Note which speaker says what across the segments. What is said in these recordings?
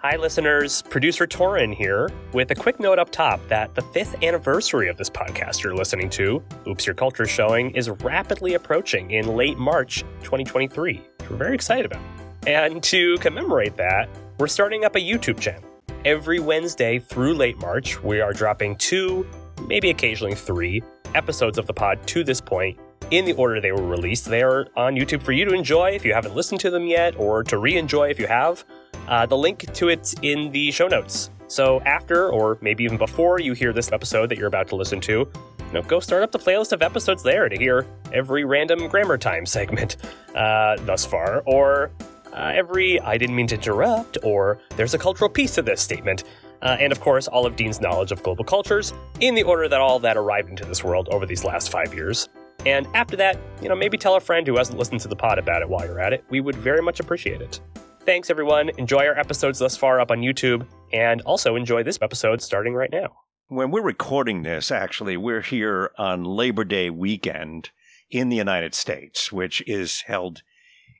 Speaker 1: Hi, listeners. Producer Torin here with a quick note up top that the fifth anniversary of this podcast you're listening to, Oops Your Culture Showing, is rapidly approaching in late March 2023, which we're very excited about. And to commemorate that, we're starting up a YouTube channel. Every Wednesday through late March, we are dropping two, maybe occasionally three, episodes of the pod to this point in the order they were released. They are on YouTube for you to enjoy if you haven't listened to them yet, or to re enjoy if you have. Uh, the link to it's in the show notes. So after, or maybe even before you hear this episode that you're about to listen to, you know, go start up the playlist of episodes there to hear every random grammar time segment uh, thus far, or uh, every I didn't mean to interrupt, or there's a cultural piece to this statement, uh, and of course, all of Dean's knowledge of global cultures in the order that all that arrived into this world over these last five years. And after that, you know, maybe tell a friend who hasn't listened to the pod about it while you're at it. We would very much appreciate it. Thanks, everyone. Enjoy our episodes thus far up on YouTube, and also enjoy this episode starting right now.
Speaker 2: when we're recording this, actually, we're here on Labor Day weekend in the United States, which is held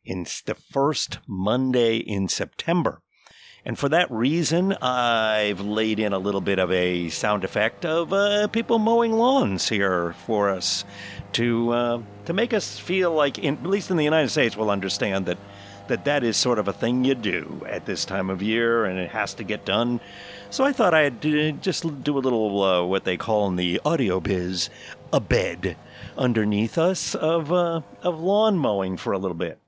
Speaker 2: in s- the first Monday in September. And for that reason, I've laid in a little bit of a sound effect of uh, people mowing lawns here for us to uh, to make us feel like, in, at least in the United States, we'll understand that that that is sort of a thing you do at this time of year, and it has to get done. So I thought I'd uh, just do a little uh, what they call in the audio biz a bed underneath us of uh, of lawn mowing for a little bit.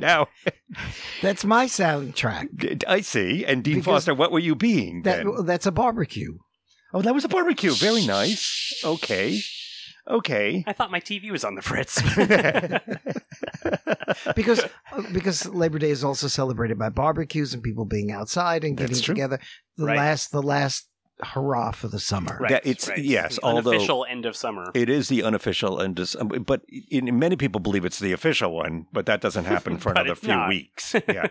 Speaker 2: now
Speaker 3: That's my soundtrack.
Speaker 2: d- I see. And Dean
Speaker 3: Because
Speaker 2: Foster, what were you being
Speaker 3: That
Speaker 2: then?
Speaker 3: that's a barbecue.
Speaker 2: Oh, that was a barbecue. Very nice. Okay. Okay.
Speaker 1: I thought my TV was on the fritz.
Speaker 3: Because uh, because Labor Day is also celebrated by barbecues and people being outside and
Speaker 2: That's
Speaker 3: getting
Speaker 2: true.
Speaker 3: together. The
Speaker 4: Right.
Speaker 3: last the last hurrah for the summer.
Speaker 4: Right.
Speaker 2: That it's-
Speaker 4: right.
Speaker 2: yes,
Speaker 4: The
Speaker 2: although-
Speaker 4: unofficial end of summer.
Speaker 2: It is the unofficial, and dis- but in, many people believe it's the official one, but that doesn't happen for
Speaker 4: But
Speaker 2: another
Speaker 4: it's
Speaker 2: few
Speaker 4: not.
Speaker 2: weeks. Yeah.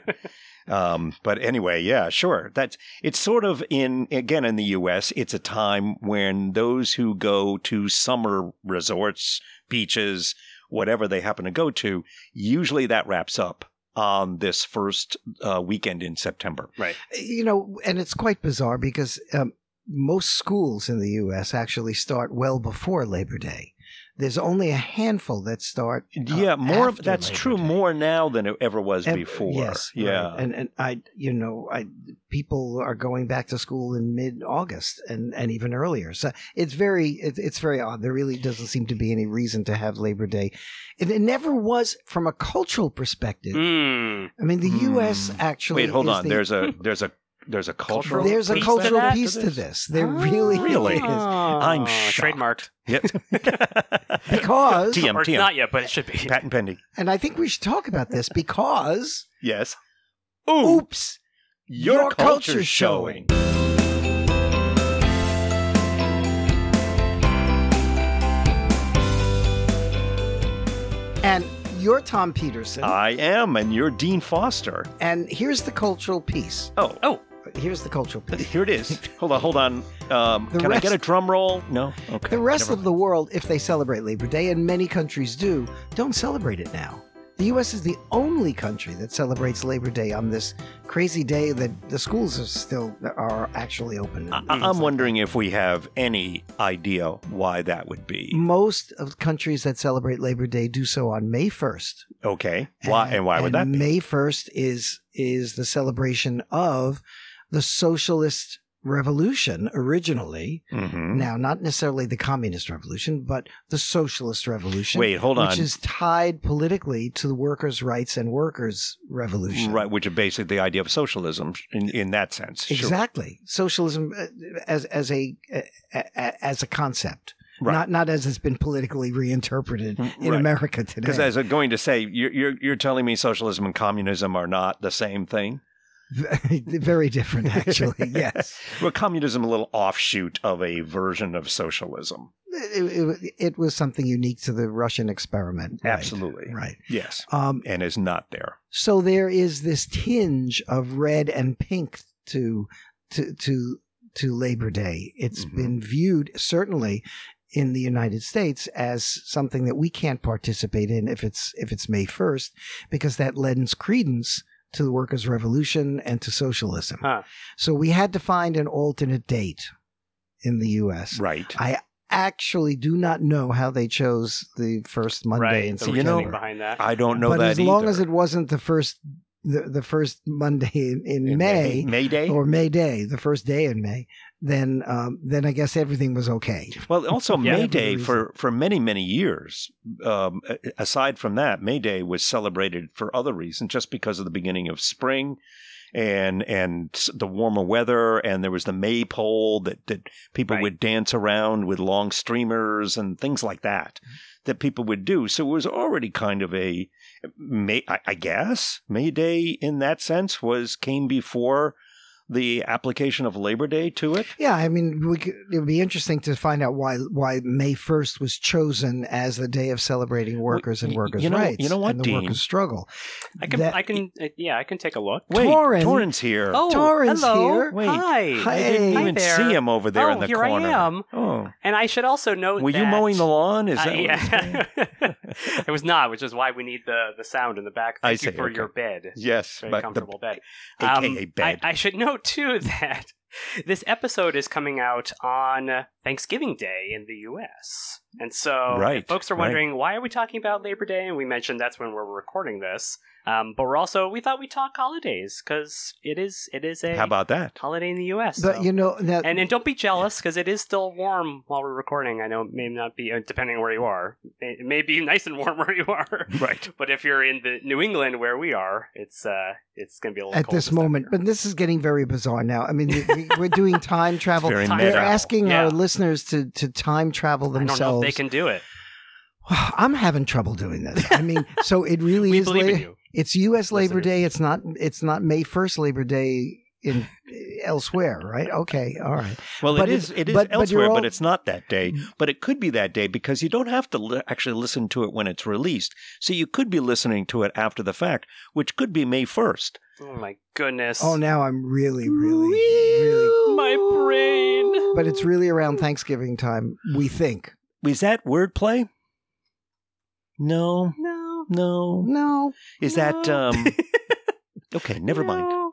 Speaker 2: um, but anyway, yeah, sure. That's it's sort of in again in the U.S. It's a time when those who go to summer resorts, beaches, whatever they happen to go to, usually that wraps up on this first uh, weekend in September.
Speaker 3: You know, and it's quite bizarre because um, most schools in the U.S. actually start well before Labor Day. There's only a handful that start. uh,
Speaker 2: Yeah, more.
Speaker 3: after
Speaker 2: Of, that's
Speaker 3: Labor
Speaker 2: true.
Speaker 3: Day.
Speaker 2: More now than it ever was
Speaker 3: Ev-
Speaker 2: before.
Speaker 3: Yes,
Speaker 2: yeah.
Speaker 3: right. and and I, you know, I people are going back to school in mid August and and even earlier. So it's very it, it's very odd. There really doesn't seem to be any reason to have Labor Day. It, it never was from a cultural perspective.
Speaker 1: Hmm.
Speaker 4: Mm.
Speaker 3: I mean, the U.S.
Speaker 2: Mm.
Speaker 3: actually
Speaker 2: Wait, hold
Speaker 3: is
Speaker 2: on.
Speaker 3: the-
Speaker 2: there's a there's a there's a cultural
Speaker 3: there's a
Speaker 4: piece to
Speaker 3: cultural
Speaker 4: that?
Speaker 3: piece to this. There really
Speaker 2: Ah. Really?
Speaker 3: is
Speaker 1: Oh,
Speaker 4: I'm
Speaker 2: shocked.
Speaker 4: trademarked.
Speaker 2: Yep.
Speaker 3: because
Speaker 2: TM
Speaker 4: or it's not yet, but it should be.
Speaker 2: patent pending.
Speaker 3: and I think we should talk about this because
Speaker 2: Yes.
Speaker 3: oops.
Speaker 2: Your,
Speaker 3: Your
Speaker 2: culture's
Speaker 3: culture's
Speaker 2: showing.
Speaker 3: And you're Tom Peterson,
Speaker 2: I am, and you're Dean Foster.
Speaker 3: and here's the cultural piece.
Speaker 2: Oh,
Speaker 4: Oh,
Speaker 3: Here's the cultural piece.
Speaker 2: here it is. Hold on, hold on. Um,
Speaker 3: The
Speaker 2: can I get
Speaker 3: rest-
Speaker 2: a drum roll? No. Okay.
Speaker 3: The rest
Speaker 2: never
Speaker 3: of the world, if they celebrate Labor Day, and many countries do, don't celebrate it now. The U.S. is the only country that celebrates Labor Day on this crazy day that the schools are still are actually open.
Speaker 2: mind. I- I- I'm wondering if we have any idea why that would be.
Speaker 3: Most of countries that celebrate Labor Day do so on May 1st.
Speaker 2: Okay. Why and why would that be?
Speaker 3: May 1st is is the celebration of the socialist revolution originally.
Speaker 2: Mhm.
Speaker 3: Now, not necessarily the communist revolution, but the socialist revolution.
Speaker 2: Wait, hold on.
Speaker 3: which is tied politically to the workers' rights and workers' revolution.
Speaker 2: right, which is basically the idea of socialism in, in that sense. Sure.
Speaker 3: Exactly. Socialism uh, as as a uh, as a concept,
Speaker 2: Right.
Speaker 3: not not as it's been politically reinterpreted
Speaker 2: Mm,
Speaker 3: in
Speaker 2: right.
Speaker 3: America today.
Speaker 2: Because as I'm going to say, you're, you're you're telling me socialism and communism are not the same thing.
Speaker 3: Very different, actually. yes.
Speaker 2: Well, communism a little offshoot of a version of socialism.
Speaker 3: It, it, it was something unique to the Russian experiment. Right.
Speaker 2: Absolutely.
Speaker 3: Right.
Speaker 2: Yes.
Speaker 3: Um,
Speaker 2: And is not there.
Speaker 3: so there is this tinge of red and pink to to to to Labor Day. It's
Speaker 2: Mhm.
Speaker 3: been viewed certainly in the United States as something that we can't participate in if it's if it's May 1st because that lends credence to the workers' revolution and to socialism.
Speaker 1: Huh.
Speaker 3: So we had to find an alternate date in the US.
Speaker 2: Right.
Speaker 3: I actually do not know how they chose the first Monday
Speaker 1: right.
Speaker 3: in
Speaker 1: the
Speaker 2: you
Speaker 3: September.
Speaker 2: know-
Speaker 1: reasoning behind that.
Speaker 2: I don't know
Speaker 3: but
Speaker 2: that
Speaker 3: as long
Speaker 2: either.
Speaker 3: as it wasn't the first the, the first Monday in, in,
Speaker 2: In
Speaker 3: May,
Speaker 2: May Day.
Speaker 3: or May Day, the first day in May, then um, then I guess everything was okay.
Speaker 2: Well, also
Speaker 3: Yeah.
Speaker 2: May
Speaker 3: For the
Speaker 2: Day
Speaker 3: reason.
Speaker 2: for for many many years. Um, a- aside from that, May Day was celebrated for other reasons, just because of the beginning of spring, and and s- the warmer weather, and there was the May pole that that people
Speaker 1: Right.
Speaker 2: would dance around with long streamers and things like that that people would do. So it was already kind of a May, I, I guess May Day in that sense was came before the application of Labor Day to it.
Speaker 3: Yeah, I mean, we could, it would be interesting to find out why why May first was chosen as the day of celebrating workers and
Speaker 2: y-
Speaker 3: workers'
Speaker 2: you know-
Speaker 3: rights.
Speaker 2: you know what,
Speaker 3: and the
Speaker 2: Dean?
Speaker 3: workers' struggle.
Speaker 1: I can,
Speaker 3: that-
Speaker 1: I can, uh, yeah, I can take a look.
Speaker 2: Wait,
Speaker 3: Torrin-
Speaker 2: Torrin's here.
Speaker 1: Oh,
Speaker 3: Torrance
Speaker 1: hello.
Speaker 3: here.
Speaker 2: Wait.
Speaker 1: Hi.
Speaker 3: Hi.
Speaker 2: I didn't
Speaker 3: Hey.
Speaker 2: even
Speaker 1: Hi there.
Speaker 2: see him over there
Speaker 1: oh,
Speaker 2: in the
Speaker 1: here
Speaker 2: corner.
Speaker 1: I am.
Speaker 2: Oh,
Speaker 1: And I should also note
Speaker 2: were
Speaker 1: that,
Speaker 2: you mowing the lawn? Is
Speaker 1: Uh,
Speaker 2: that what it's
Speaker 1: yeah.
Speaker 2: called?
Speaker 1: it was not, which is why we need the, the sound in the back.
Speaker 2: I
Speaker 1: Thank you
Speaker 2: see,
Speaker 1: for
Speaker 2: okay.
Speaker 1: your bed.
Speaker 2: yes,
Speaker 1: Very
Speaker 2: but the-
Speaker 1: comfortable bed.
Speaker 2: AKA
Speaker 1: Um,
Speaker 2: bed.
Speaker 1: I, I should note too that this episode is coming out on Thanksgiving Day in the U.S. And so,
Speaker 2: Right,
Speaker 1: if folks are
Speaker 2: right.
Speaker 1: wondering why are we talking about Labor Day, and we mentioned that's when we're recording this. Um, but we're also we thought we would talk holidays because it is it is a
Speaker 2: How about that?
Speaker 1: holiday in the U.S.
Speaker 3: But
Speaker 1: so-
Speaker 3: you know that
Speaker 1: and and don't be jealous because it is still warm while we're recording. I know it may not be uh, depending where you are. It it may be nice and warm where you are,
Speaker 2: Right.
Speaker 1: but if you're in the New England where we are, it's uh it's gonna be a little
Speaker 3: at
Speaker 1: cold
Speaker 3: this
Speaker 1: time.
Speaker 3: moment, but this is getting very bizarre now. I mean, we- we're doing time travel.
Speaker 2: Very
Speaker 1: Time
Speaker 2: meta.
Speaker 3: They're
Speaker 1: travel.
Speaker 3: asking
Speaker 1: Yeah.
Speaker 3: our listeners to to time travel themselves.
Speaker 1: I don't know if they can do it.
Speaker 3: I'm having trouble doing this. I mean, so it really
Speaker 1: We
Speaker 3: is.
Speaker 1: believe
Speaker 3: la-
Speaker 1: in you.
Speaker 3: It's U.S. Labor
Speaker 1: Listeners.
Speaker 3: Day. It's not. It's not May first Labor Day in elsewhere, right? Okay, all right.
Speaker 2: Well,
Speaker 3: But
Speaker 2: it is. It is
Speaker 3: but- but
Speaker 2: elsewhere,
Speaker 3: you're all-
Speaker 2: but it's not that day. But it could be that day because you don't have to li- actually listen to it when it's released. So you could be listening to it after the fact, which could be May first.
Speaker 1: Oh my goodness.
Speaker 3: Oh, now I'm really, really, really.
Speaker 1: My brain.
Speaker 3: But it's really around Thanksgiving time. We think.
Speaker 2: Is that wordplay? No,
Speaker 1: No.
Speaker 2: no.
Speaker 3: No,
Speaker 2: Is that
Speaker 1: No.
Speaker 2: um? okay, never mind.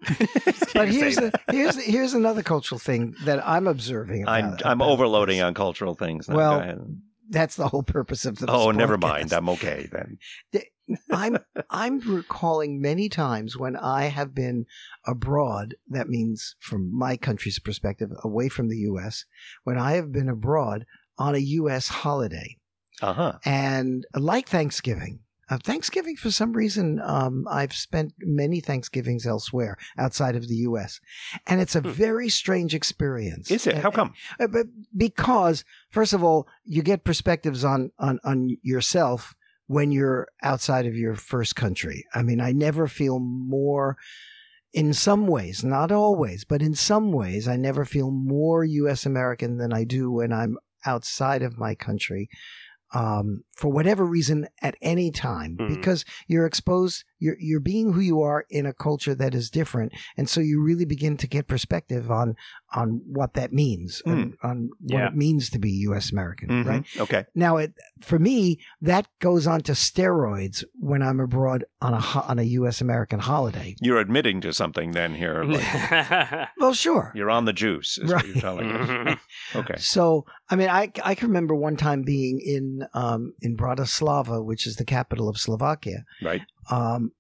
Speaker 3: but here's the, here's here's another cultural thing that I'm observing. About,
Speaker 2: I'm I'm
Speaker 3: about
Speaker 2: overloading
Speaker 3: this.
Speaker 2: on cultural things. Now.
Speaker 3: Well,
Speaker 2: Go ahead.
Speaker 3: That's the whole purpose of the.
Speaker 2: Oh, never mind. I'm okay then.
Speaker 3: I'm I'm recalling many times when I have been abroad. That means, from my country's perspective, away from the U.S. When I have been abroad on a U.S. holiday,
Speaker 2: Uh
Speaker 3: Uh-huh.
Speaker 2: huh.
Speaker 3: and like Thanksgiving, uh, Thanksgiving for some reason um, I've spent many Thanksgivings elsewhere outside of the U.S., and it's a
Speaker 1: Hmm.
Speaker 3: very strange experience.
Speaker 2: Is it?
Speaker 3: And-
Speaker 2: How come?
Speaker 3: uh, but because first of all you get perspectives on on on yourself when you're outside of your first country i mean i never feel more in some ways not always but in some ways i never feel more us american than i do when i'm outside of my country um, for whatever reason at any time
Speaker 1: Mhm.
Speaker 3: because you're exposed you're, you're being who you are in a culture that is different and so you really begin to get perspective on on what that means and on what
Speaker 1: Yeah.
Speaker 3: it means to be us american
Speaker 2: Mhm.
Speaker 3: uh, right
Speaker 2: Okay.
Speaker 3: now it for me that goes on to steroids when i'm abroad on a ho- on a us american holiday
Speaker 2: You're admitting to something then here. like,
Speaker 3: well sure
Speaker 2: you're on the juice, is what you're telling us. Okay.
Speaker 3: So, I mean, I, I can remember one time being in um, in Bratislava, which is the capital of Slovakia,
Speaker 2: Right.
Speaker 3: um,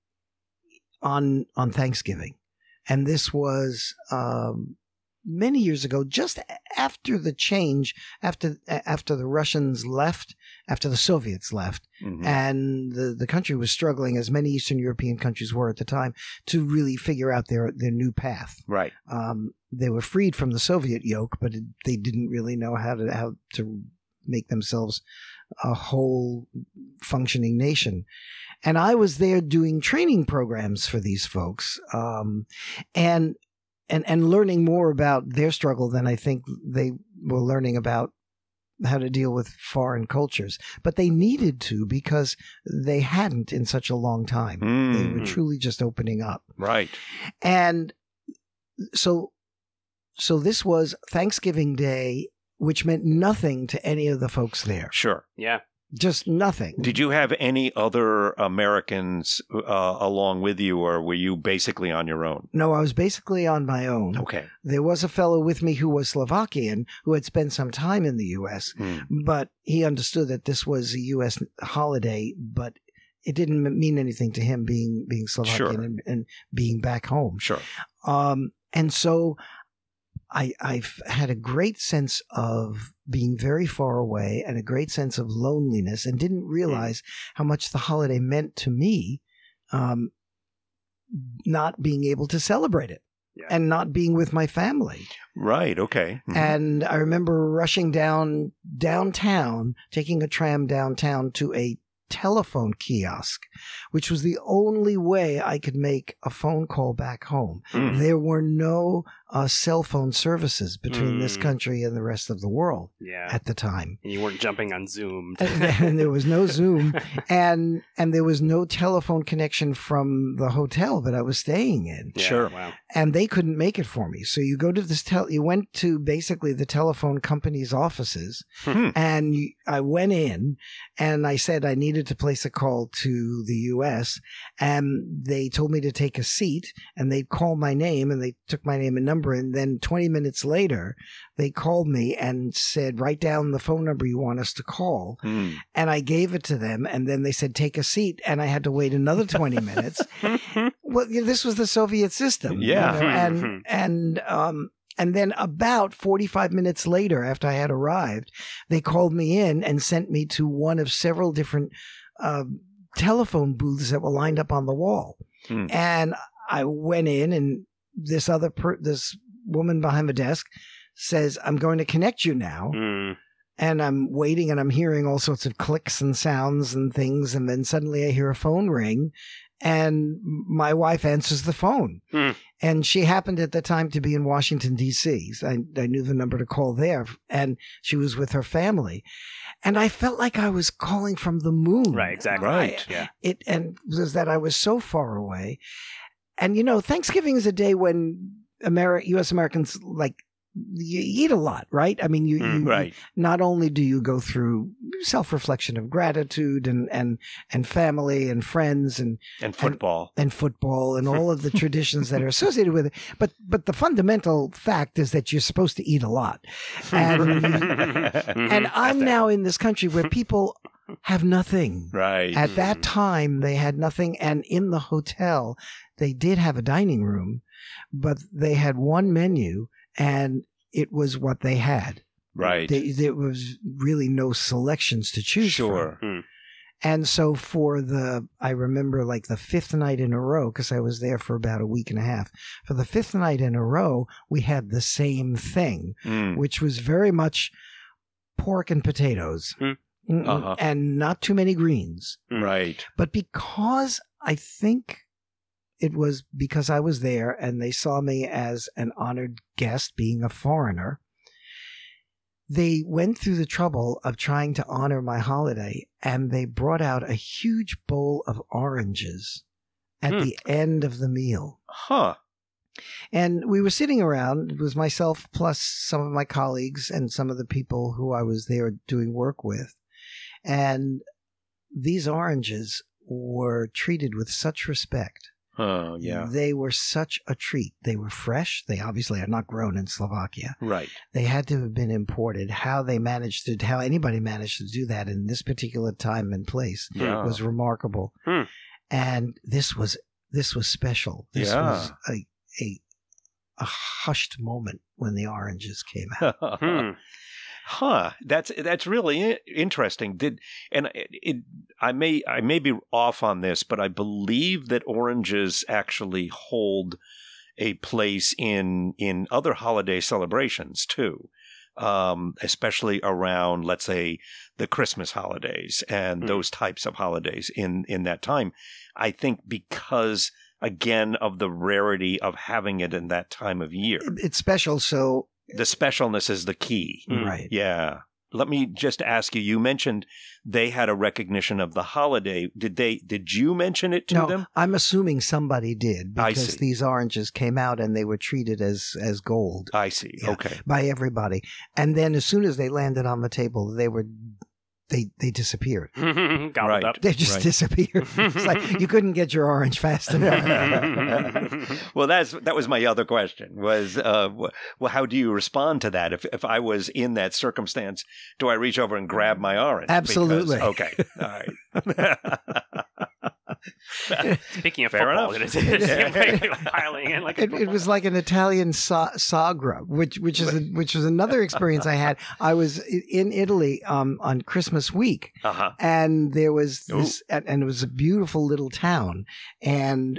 Speaker 3: on on Thanksgiving, and this was um, many years ago, just a- after the change, after a- after the Russians left, after the Soviets left,
Speaker 2: Mhm.
Speaker 3: and the the country was struggling, as many Eastern European countries were at the time, to really figure out their their new path
Speaker 2: Right.
Speaker 3: um, they were freed from the Soviet yoke, but it, they didn't really know how to how to make themselves a whole functioning nation. And I was there doing training programs for these folks, um, and and and learning more about their struggle than I think they were learning about how to deal with foreign cultures. But they needed to because they hadn't in such a long time. They were
Speaker 2: Mm,
Speaker 3: truly just opening up
Speaker 2: Right.
Speaker 3: and so so this was thanksgiving day which meant nothing to any of the folks there.
Speaker 2: Sure.
Speaker 1: Yeah.
Speaker 3: Just nothing.
Speaker 2: Did you have any other Americans uh, along with you, or were you basically on your own?
Speaker 3: no, I was basically on my own.
Speaker 2: Okay.
Speaker 3: There was a fellow with me who was Slovakian who had spent some time in the U.S.,
Speaker 2: Hmm.
Speaker 3: but he understood that this was a U.S. holiday, but it didn't m- mean anything to him being being Slovakian
Speaker 2: Sure.
Speaker 3: and, and being back home.
Speaker 2: Sure.
Speaker 3: Um, and so I, I've had a great sense of being very far away and a great sense of loneliness and didn't realize how much the holiday meant to me, um, not being able to celebrate it
Speaker 1: Yeah.
Speaker 3: and not being with my family.
Speaker 2: Right. Okay.
Speaker 1: Mm-hmm.
Speaker 2: Mhm.
Speaker 3: And I remember rushing down downtown, taking a tram downtown to a telephone kiosk, which was the only way I could make a phone call back home.
Speaker 2: Mm.
Speaker 3: There were no uh, cell phone services between this
Speaker 1: Mm.
Speaker 3: country and the rest of the world
Speaker 1: Yeah.
Speaker 3: at the time.
Speaker 1: And you weren't jumping on Zoom.
Speaker 3: and and there was no Zoom, and and there was no telephone connection from the hotel that I was staying in,
Speaker 1: Yeah,
Speaker 2: Sure.
Speaker 1: Wow.
Speaker 3: and they couldn't make it for me. So you go to this tel- you went to basically the telephone company's offices,
Speaker 2: Hmm.
Speaker 3: and you, I went in, and I said I needed to place a call to the U.S., and they told me to take a seat, and they'd call my name, and they took my name and number, and then 20 minutes later, they called me and said write down the phone number you want us to call
Speaker 2: Hmm.
Speaker 3: and I gave it to them, and then they said, "Take a seat," and I had to wait another twenty minutes. Well, you know, this was the Soviet system, you
Speaker 2: Yeah. Hmm,
Speaker 3: know, and and um, and then about forty five minutes later, after I had arrived, they called me in and sent me to one of several different uh, telephone booths that were lined up on the wall,
Speaker 2: Hmm.
Speaker 3: and I went in, and this other per- this woman behind the desk says, "I'm going to connect you now."
Speaker 1: Mm.
Speaker 3: and I'm waiting and I'm hearing all sorts of clicks and sounds and things. And then suddenly I hear a phone ring and my wife answers the phone.
Speaker 1: Hmm.
Speaker 3: And she happened at the time to be in Washington, D.C. So I, I knew the number to call there and she was with her family. And I felt like I was calling from the moon.
Speaker 1: Right. Exactly.
Speaker 2: Right.
Speaker 1: Yeah.
Speaker 3: It, and was that I was so far away. And, you know, Thanksgiving is a day when Ameri- U.S. Americans like, you eat a lot, right? I mean, you,
Speaker 1: Hmm,
Speaker 3: you,
Speaker 2: Right.
Speaker 3: not only do you go through self-reflection of gratitude and and and family and friends and
Speaker 2: And football.
Speaker 3: and football and all of the traditions that are associated with it but but the fundamental fact is that you're supposed to eat a lot and
Speaker 1: Mm-hmm.
Speaker 3: and I'm now in this country where people have nothing
Speaker 2: right.
Speaker 3: at that time they had nothing and in the hotel they did have a dining room but they had one menu and it was what they had
Speaker 2: right.
Speaker 3: there, there was really no selections to choose
Speaker 2: sure.
Speaker 3: from. And so for the, I remember like the fifth night in a row, because I was there for about a week and a half. For the fifth night in a row, we had the same thing,
Speaker 2: Mm.
Speaker 3: which was very much pork and potatoes
Speaker 1: Mm.
Speaker 3: Mm-mm.
Speaker 2: Uh-huh.
Speaker 3: and not too many greens.
Speaker 2: Right.
Speaker 3: But because I think it was because I was there and they saw me as an honored guest being a foreigner, they went through the trouble of trying to honor my holiday and they brought out a huge bowl of oranges at
Speaker 1: Hmm.
Speaker 3: the end of the meal.
Speaker 2: Huh.
Speaker 3: And we were sitting around. It was myself plus some of my colleagues and some of the people who I was there doing work with. And these oranges were treated with such respect.
Speaker 2: Oh, yeah.
Speaker 3: They were such a treat. They were fresh. They obviously are not grown in Slovakia.
Speaker 2: Right.
Speaker 3: They had to have been imported. How they managed to, how anybody managed to do that in this particular time and place
Speaker 2: Yeah.
Speaker 3: was remarkable.
Speaker 1: Hmm.
Speaker 3: And this was this was special. This
Speaker 2: Yeah.
Speaker 3: was a, a a hushed moment when the oranges came out.
Speaker 1: Hmm.
Speaker 2: Huh. That's that's really i- interesting. Did and it, it, I may I may be off on this, but I believe that oranges actually hold a place in in other holiday celebrations too, um, especially around let's say the Christmas holidays and
Speaker 1: Hmm.
Speaker 2: those types of holidays in in that time. I think because again of the rarity of having it in that time of year,
Speaker 3: It's special, so
Speaker 2: the specialness is the key.
Speaker 1: Hmm.
Speaker 3: right.
Speaker 2: Yeah. let me just ask you. You mentioned they had a recognition of the holiday. Did they? Did you mention it to
Speaker 3: no,
Speaker 2: them?
Speaker 3: I'm assuming somebody did
Speaker 2: I
Speaker 3: because
Speaker 2: see.
Speaker 3: these oranges came out and they were treated as as gold
Speaker 2: I see.
Speaker 3: Yeah.
Speaker 2: Okay.
Speaker 3: by everybody. And then as soon as they landed on the table, they were they they disappeared.
Speaker 1: Hmm. Gobbled
Speaker 2: Right.
Speaker 1: up.
Speaker 3: They just
Speaker 2: Right.
Speaker 3: disappeared. it's like you couldn't get your orange fast enough.
Speaker 2: well, that's that was my other question. Was uh, wh- well, how do you respond to that? If if I was in that circumstance, do I reach over and grab my orange? Because-
Speaker 3: Absolutely.
Speaker 2: okay. All right.
Speaker 1: Speaking of
Speaker 2: Fair
Speaker 1: football,
Speaker 2: enough.
Speaker 1: it is- it might be piling in like a
Speaker 3: It, it was like an Italian sa- sagra, which which is a, which was another experience I had. I was i- in Italy um, on Christmas week,
Speaker 2: uh huh.
Speaker 3: and there was
Speaker 2: Ooh.
Speaker 3: this, and, and it was a beautiful little town, and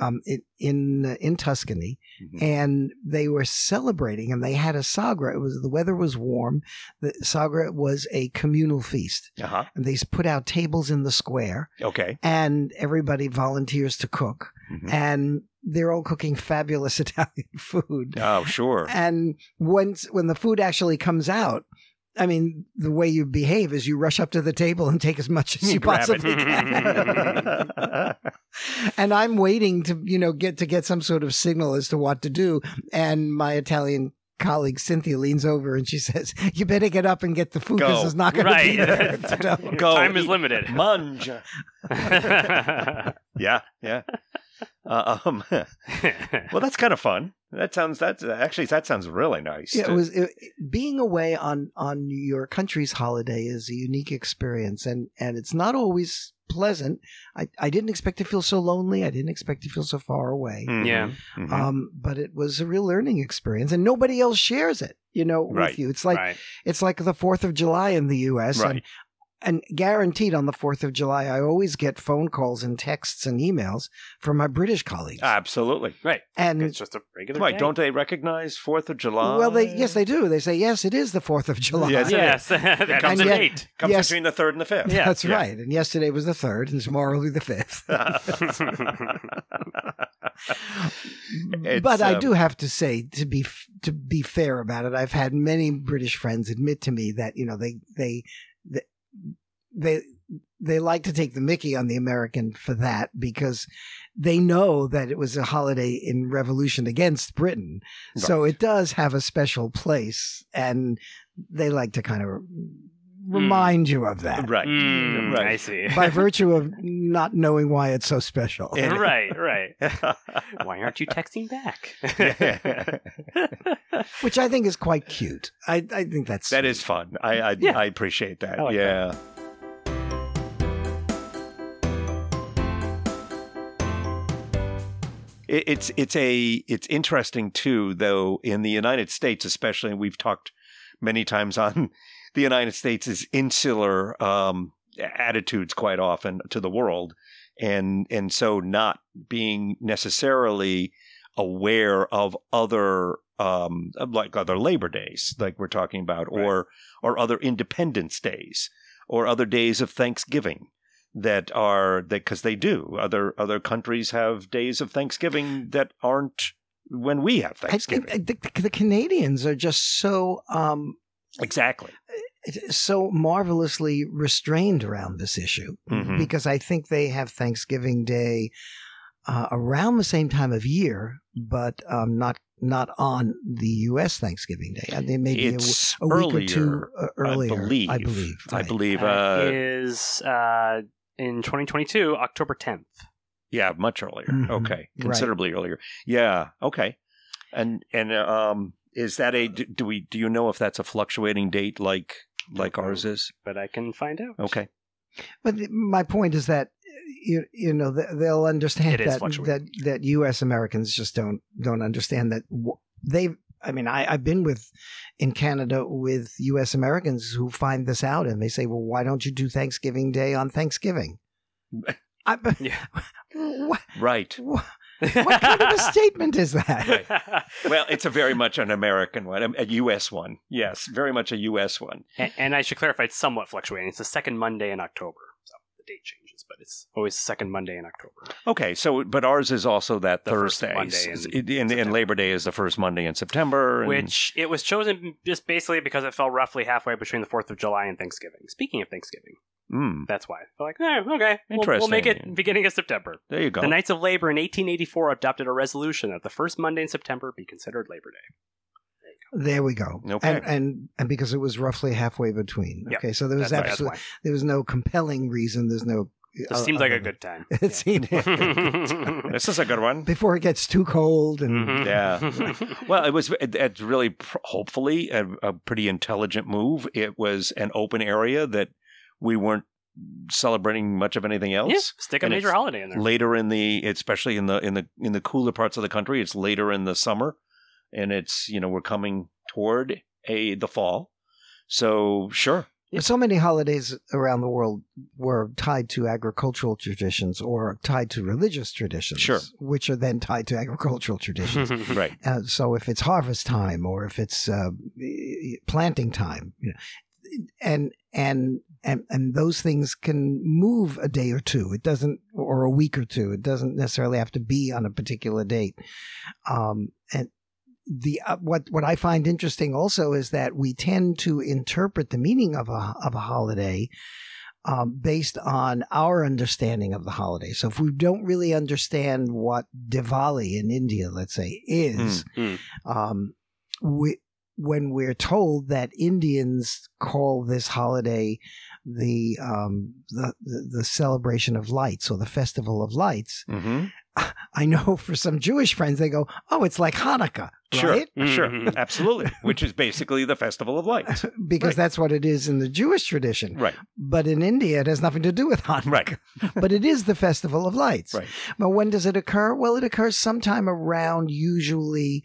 Speaker 3: um, it, in in Tuscany,
Speaker 2: Mm-hmm.
Speaker 3: and they were celebrating, and they had a sagra. It was the weather was warm. The sagra was a communal feast,
Speaker 2: Uh huh.
Speaker 3: and they s- put out tables in the square,
Speaker 2: Okay.
Speaker 3: and everybody volunteers to cook,
Speaker 2: Mhm.
Speaker 3: and they're all cooking fabulous Italian food.
Speaker 2: Oh, sure.
Speaker 3: And once when the food actually comes out, I mean, the way you behave is you rush up to the table and take as much as you
Speaker 2: Grab it.
Speaker 3: possibly can.
Speaker 2: oh,
Speaker 3: and I'm waiting to, you know, get to get some sort of signal as to what to do. And my Italian colleague Cynthia leans over and she says, "You better get up and get the food because
Speaker 2: Go.
Speaker 3: it's not going to be
Speaker 1: right.
Speaker 3: there." if you don't."
Speaker 2: Go
Speaker 1: Time is
Speaker 2: eat.
Speaker 1: limited.
Speaker 2: munge. Yeah, yeah. Uh, um, well, that's kind of fun. That sounds. That's actually that sounds really nice.
Speaker 3: Yeah, it
Speaker 2: to-
Speaker 3: was it, being away on on your country's holiday is a unique experience, and and it's not always pleasant. I I didn't expect to feel so lonely. I didn't expect to feel so far away.
Speaker 2: Mhm,
Speaker 1: Yeah.
Speaker 2: mhm.
Speaker 3: Um, but it was a real learning experience, and nobody else shares it. You know,
Speaker 2: Right,
Speaker 3: with you, it's like
Speaker 1: right.
Speaker 3: it's like the Fourth of July in the U.S.
Speaker 2: right.
Speaker 3: And, and guaranteed on the Fourth of July, I always get phone calls and texts and emails from my British colleagues,
Speaker 2: Ah, Absolutely.
Speaker 3: and
Speaker 1: It's just a regular
Speaker 2: Why
Speaker 1: day.
Speaker 2: don't they recognize Fourth of July?
Speaker 3: well, they yes they do. They say yes, it is the Fourth of July.
Speaker 2: Yes, it
Speaker 1: Yes, that comes
Speaker 3: And
Speaker 1: in
Speaker 3: yet-
Speaker 1: eight.
Speaker 2: comes
Speaker 3: yes.
Speaker 2: between the third and the fifth.
Speaker 1: Yeah.
Speaker 3: That's right. And yesterday was the third, and tomorrow will be the fifth.
Speaker 2: It's,
Speaker 3: but I
Speaker 2: um,
Speaker 3: do have to say, to be f- to be fair about it, I've had many British friends admit to me that you know they they they they, they like to take the Mickey on the American for that because they know that it was a holiday in revolution against Britain, so it does have a special place, and they like to kind of remind you of that.
Speaker 2: Mm. Right.
Speaker 1: Mm, I
Speaker 2: right.
Speaker 1: see.
Speaker 3: by virtue of not knowing why it's so special.
Speaker 2: Yeah.
Speaker 1: right, right. Why aren't you texting back?
Speaker 3: which I think is quite cute. I, I think that's
Speaker 2: that is fun. I I,
Speaker 1: Yeah.
Speaker 2: I appreciate that.
Speaker 1: I like
Speaker 2: yeah. It, it's it's a it's interesting too, though. In the United States, especially, and we've talked many times on the United States' insular um, attitudes quite often to the world, and and so not being necessarily aware of other um like other labor days like we're talking about or or other independence days or other days of thanksgiving that are that because they do other other countries have days of thanksgiving that aren't when we have
Speaker 3: I think
Speaker 2: thanksgiving
Speaker 3: I think uh, the Canadians are just so um
Speaker 2: exactly
Speaker 3: so marvelously restrained around this issue
Speaker 2: Mhm.
Speaker 3: because I think they have Thanksgiving Day uh, around the same time of year, but um, not not on the U.S. Thanksgiving Day. Uh, I think maybe a, w-
Speaker 2: it's
Speaker 3: a week
Speaker 2: earlier
Speaker 3: or two uh, earlier.
Speaker 2: i believe
Speaker 3: I believe.
Speaker 2: I
Speaker 3: right.
Speaker 2: believe,
Speaker 1: That
Speaker 2: uh,
Speaker 1: is uh, in 2022, October 10th.
Speaker 2: yeah much earlier
Speaker 3: Mhm.
Speaker 2: okay considerably earlier yeah okay and and uh, um is that a do, do we do you know if that's a fluctuating date like like ours is
Speaker 1: But I can find out.
Speaker 2: okay
Speaker 3: But th- my point is that you you know th- they'll understand
Speaker 1: It is
Speaker 3: that that
Speaker 1: fluctuating.
Speaker 3: that U.S. Americans just don't don't understand that w- they. I mean, I, I've been with in Canada with U.S. Americans who find this out, and they say, "Well, why don't you do Thanksgiving Day on Thanksgiving?" I,
Speaker 1: Yeah.
Speaker 3: what,
Speaker 2: right
Speaker 3: what, what kind of a statement is that?
Speaker 2: well it's a very much an american one a- a us one yes very much a us one
Speaker 1: and, and I should clarify, it's somewhat fluctuating. It's the second Monday in October, so the date changes. but it's always the second Monday in October.
Speaker 2: Okay, so but ours is also that
Speaker 1: The first
Speaker 2: Thursday,
Speaker 1: Monday
Speaker 2: S-
Speaker 1: in
Speaker 2: s- and, and
Speaker 1: September.
Speaker 2: Labor Day is the first Monday in September. and-
Speaker 1: Which it was chosen just basically because it fell roughly halfway between the 4th of July and Thanksgiving. Speaking of Thanksgiving,
Speaker 2: Mm,
Speaker 1: that's why. They're like, oh, okay, we'll, we'll make
Speaker 2: Interesting.
Speaker 1: it beginning of September.
Speaker 2: there you go.
Speaker 1: The Knights of Labor in 1884 adopted a resolution that the first Monday in September be considered Labor Day.
Speaker 3: There we go.
Speaker 2: Okay.
Speaker 3: And, and and because it was roughly halfway between.
Speaker 1: Yep.
Speaker 3: Okay, so there was
Speaker 1: That's, that's
Speaker 3: absolutely
Speaker 1: why.
Speaker 3: there was no compelling reason. There's no. uh,
Speaker 1: This seems like a good time.
Speaker 3: It seemed like a good
Speaker 2: this is a good one.
Speaker 3: before it gets too cold and
Speaker 1: Mhm.
Speaker 2: Yeah. Well, it was. it- It's really pr- hopefully a, a pretty intelligent move. It was an open area that we weren't celebrating much of anything
Speaker 1: Yeah,
Speaker 2: else.
Speaker 1: stick a
Speaker 2: And
Speaker 1: major
Speaker 2: it's
Speaker 1: holiday in there.
Speaker 2: Later in the, especially in the in the in the cooler parts of the country, it's later in the summer, and it's you know we're coming toward a the fall. So sure,
Speaker 3: so many holidays around the world were tied to agricultural traditions or tied to religious traditions,
Speaker 2: Sure.
Speaker 3: which are then tied to agricultural traditions.
Speaker 2: right,
Speaker 3: Uh, so if it's harvest time or if it's uh, planting time, you know, and and and and those things can move a day or two. It doesn't, or a week or two. It doesn't necessarily have to be on a particular date. Um, and the uh, what what I find interesting also is that we tend to interpret the meaning of a of a holiday um, based on our understanding of the holiday. So if we don't really understand what Diwali in India, let's say, is,
Speaker 1: Mm,
Speaker 3: um, we, when we're told that Indians call this holiday the, um, the the the celebration of lights or the festival of lights,
Speaker 2: hmm
Speaker 3: I know for some Jewish friends they go, "Oh, it's like Hanukkah,
Speaker 2: sure,
Speaker 3: right?"
Speaker 2: sure,
Speaker 1: Mhm.
Speaker 2: absolutely. Which is basically the festival of lights,
Speaker 3: Because
Speaker 2: Right.
Speaker 3: that's what it is in the Jewish tradition.
Speaker 2: right?
Speaker 3: But in India, it has nothing to do with Hanukkah.
Speaker 2: Right.
Speaker 3: but it is the Festival of Lights.
Speaker 2: Right.
Speaker 3: But when does it occur? Well, it occurs sometime around, usually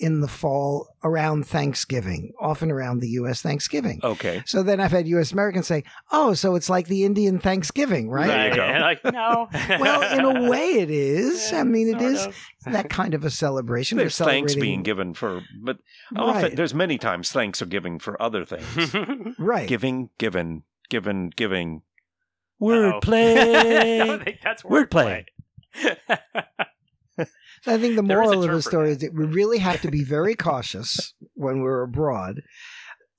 Speaker 3: in the fall, around Thanksgiving, often around the U.S. Thanksgiving.
Speaker 2: Okay,
Speaker 3: So then I've had U.S. Americans say, oh, so it's like the Indian Thanksgiving, right?
Speaker 2: There you go.
Speaker 1: And like, no.
Speaker 3: Well, in a way, it is. I mean, it
Speaker 1: Sort
Speaker 3: is
Speaker 1: of.
Speaker 3: that kind of a celebration. We're
Speaker 2: there's thanks
Speaker 3: celebrating-
Speaker 2: being given for, but often
Speaker 3: right,
Speaker 2: there's many times thanks are given for other things.
Speaker 3: right.
Speaker 2: giving, given, given, giving.
Speaker 1: Uh-oh. I don't
Speaker 2: Wordplay.
Speaker 1: think that's
Speaker 2: Wordplay.
Speaker 1: wordplay.
Speaker 3: I think the
Speaker 1: There is a
Speaker 3: moral of
Speaker 1: term
Speaker 3: the
Speaker 1: for
Speaker 3: story
Speaker 1: that.
Speaker 3: is that we really have to be very cautious when we're abroad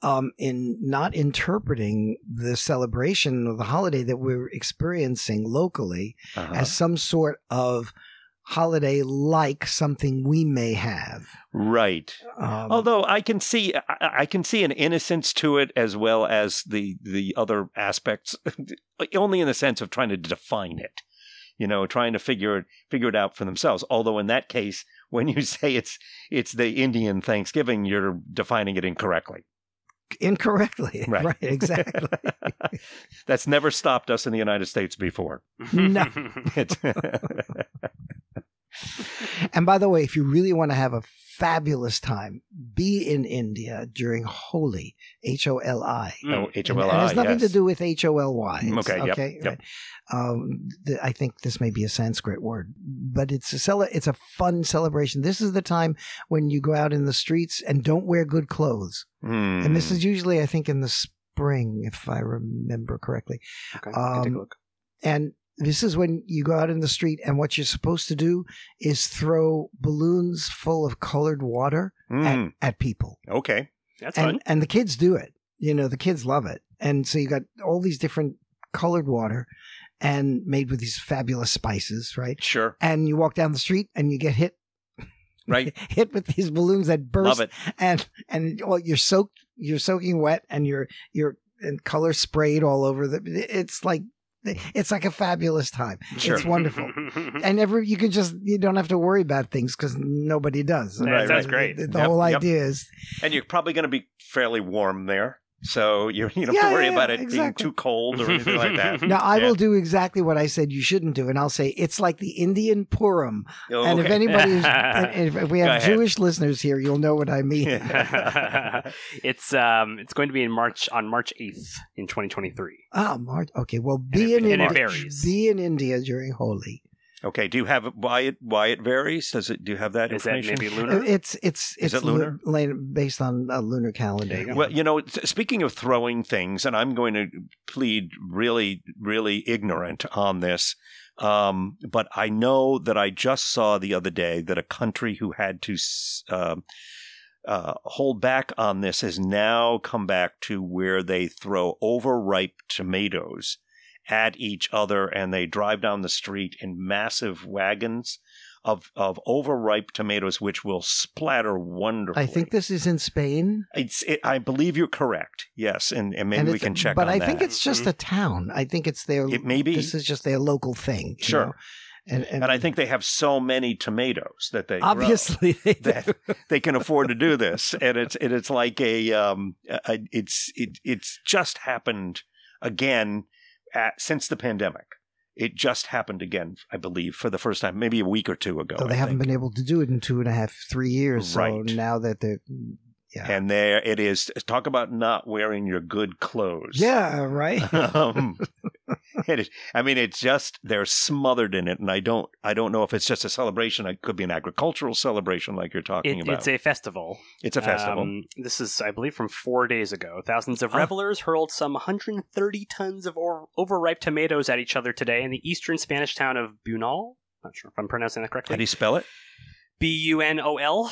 Speaker 3: um, in not interpreting the celebration or the holiday that we're experiencing locally
Speaker 2: Uh-huh.
Speaker 3: as some sort of holiday like something we may have.
Speaker 2: Right.
Speaker 3: Um,
Speaker 2: Although I can see, I, I can see an innocence to it as well as the the other aspects, only in the sense of trying to define it. You know, trying to figure it figure it out for themselves. Although in that case, when you say it's it's the Indian Thanksgiving, you're defining it incorrectly.
Speaker 3: incorrectly.
Speaker 2: Right.
Speaker 3: Right, exactly.
Speaker 2: That's never stopped us in the United States before. It's
Speaker 3: and by the way, if you really want to have a fabulous time, be in India during Holi, H O L I.
Speaker 2: no H O
Speaker 3: And-
Speaker 2: L
Speaker 3: and It
Speaker 2: I.
Speaker 3: has nothing
Speaker 2: yes.
Speaker 3: to do with H O L Y. It's-
Speaker 2: Okay, yep,
Speaker 3: Okay.
Speaker 2: yep.
Speaker 3: right. Um, th- I think this may be a Sanskrit word, but it's a cele- It's a fun celebration. This is the time when you go out in the streets and don't wear good clothes.
Speaker 2: Hmm.
Speaker 3: And this is usually, I think, in the spring, if I remember correctly.
Speaker 1: Okay, I'll take a
Speaker 3: Um,
Speaker 1: look.
Speaker 3: And this is when you go out in the street, and what you're supposed to do is throw balloons full of colored water
Speaker 2: Hmm.
Speaker 3: at, at people
Speaker 2: okay.
Speaker 1: That's
Speaker 3: and
Speaker 1: fun.
Speaker 3: and the kids do it. You know, the kids love it. And so you got all these different colored water and made with these fabulous spices, right?
Speaker 2: Sure.
Speaker 3: And you walk down the street and you get hit
Speaker 2: Right.
Speaker 3: hit with these balloons that
Speaker 2: Love
Speaker 3: burst
Speaker 2: it.
Speaker 3: and and well, you're soaked you're soaking wet and you're you're and color sprayed all over the it's like it's like a fabulous time.
Speaker 2: Sure.
Speaker 3: It's wonderful. And every you could just you don't have to worry about things because nobody does.
Speaker 1: That
Speaker 2: Right, sounds
Speaker 1: great.
Speaker 3: The, the
Speaker 2: Yep,
Speaker 3: whole
Speaker 2: yep.
Speaker 3: idea is
Speaker 2: And you're probably going to be fairly warm there. So you're, you don't have
Speaker 3: Yeah,
Speaker 2: to worry
Speaker 3: yeah,
Speaker 2: about it
Speaker 3: exactly.
Speaker 2: being too cold or anything like that.
Speaker 3: Now I
Speaker 2: Mm-hmm. Yeah.
Speaker 3: will do exactly what I said you shouldn't do, and I'll say it's like the Indian Purim.
Speaker 2: Oh,
Speaker 3: And if
Speaker 2: okay.
Speaker 3: anybody, is, and if we
Speaker 2: Go ahead.
Speaker 3: have Jewish listeners here, you'll know what I mean.
Speaker 1: it's um, it's going to be in March on March eighth in 2023.
Speaker 3: Ah, March. Okay, well, be
Speaker 1: it-
Speaker 3: in
Speaker 1: and it
Speaker 3: India.
Speaker 1: varies.
Speaker 3: Be in India during Holi.
Speaker 2: Okay. Do you have why it why it varies? Does it? Do you have that
Speaker 1: Is that
Speaker 2: information?
Speaker 1: maybe lunar?
Speaker 3: It's it's
Speaker 2: Is
Speaker 3: it's
Speaker 2: it lunar?
Speaker 3: lu- lin- based on a lunar calendar.
Speaker 2: Well, you know, t- speaking of throwing things, and I'm going to plead really, really ignorant on this, um, but I know that I just saw the other day that a country who had to s- um uh, hold back on this has now come back to where they throw overripe tomatoes at each other and they drive down the street in massive wagons. Of, of overripe tomatoes, which will splatter wonderfully.
Speaker 3: I think this is in Spain.
Speaker 2: It's. It, I believe you're correct. Yes, and, and maybe
Speaker 3: and
Speaker 2: we
Speaker 3: it's-
Speaker 2: can check.
Speaker 3: But
Speaker 2: on
Speaker 3: I
Speaker 2: that. Mm-hmm.
Speaker 3: think it's just a town. I think it's their.
Speaker 2: it may be.
Speaker 3: This is just their local thing. you
Speaker 2: Sure.
Speaker 3: know? And, and,
Speaker 2: and I think they have so many tomatoes that they grow
Speaker 3: obviously they do.
Speaker 2: that they can afford to do this, and it's and it's like a um, a, it's it it's just happened again at, since the pandemic. It just happened again, I believe, for the first time, maybe a week or two ago.
Speaker 3: So they
Speaker 2: I
Speaker 3: haven't
Speaker 2: think.
Speaker 3: been able to do it in two and a half, three years.
Speaker 2: Right.
Speaker 3: So now that they're, yeah,
Speaker 2: And there it is. Talk about not wearing your good clothes.
Speaker 3: yeah, right.
Speaker 2: um, it is, I mean, it's just they're smothered in it, and I don't, I don't know if it's just a celebration. It could be an agricultural celebration, like you're talking
Speaker 1: It,
Speaker 2: about.
Speaker 1: it's a festival.
Speaker 2: It's a festival.
Speaker 1: Um, this is, I believe, from four days ago. Thousands of
Speaker 2: Ah.
Speaker 1: revelers hurled some 130 tons of or- overripe tomatoes at each other today in the eastern Spanish town of Bunol. Not sure if I'm pronouncing that
Speaker 2: How do
Speaker 1: correctly.
Speaker 2: you spell it?
Speaker 1: B U N O L.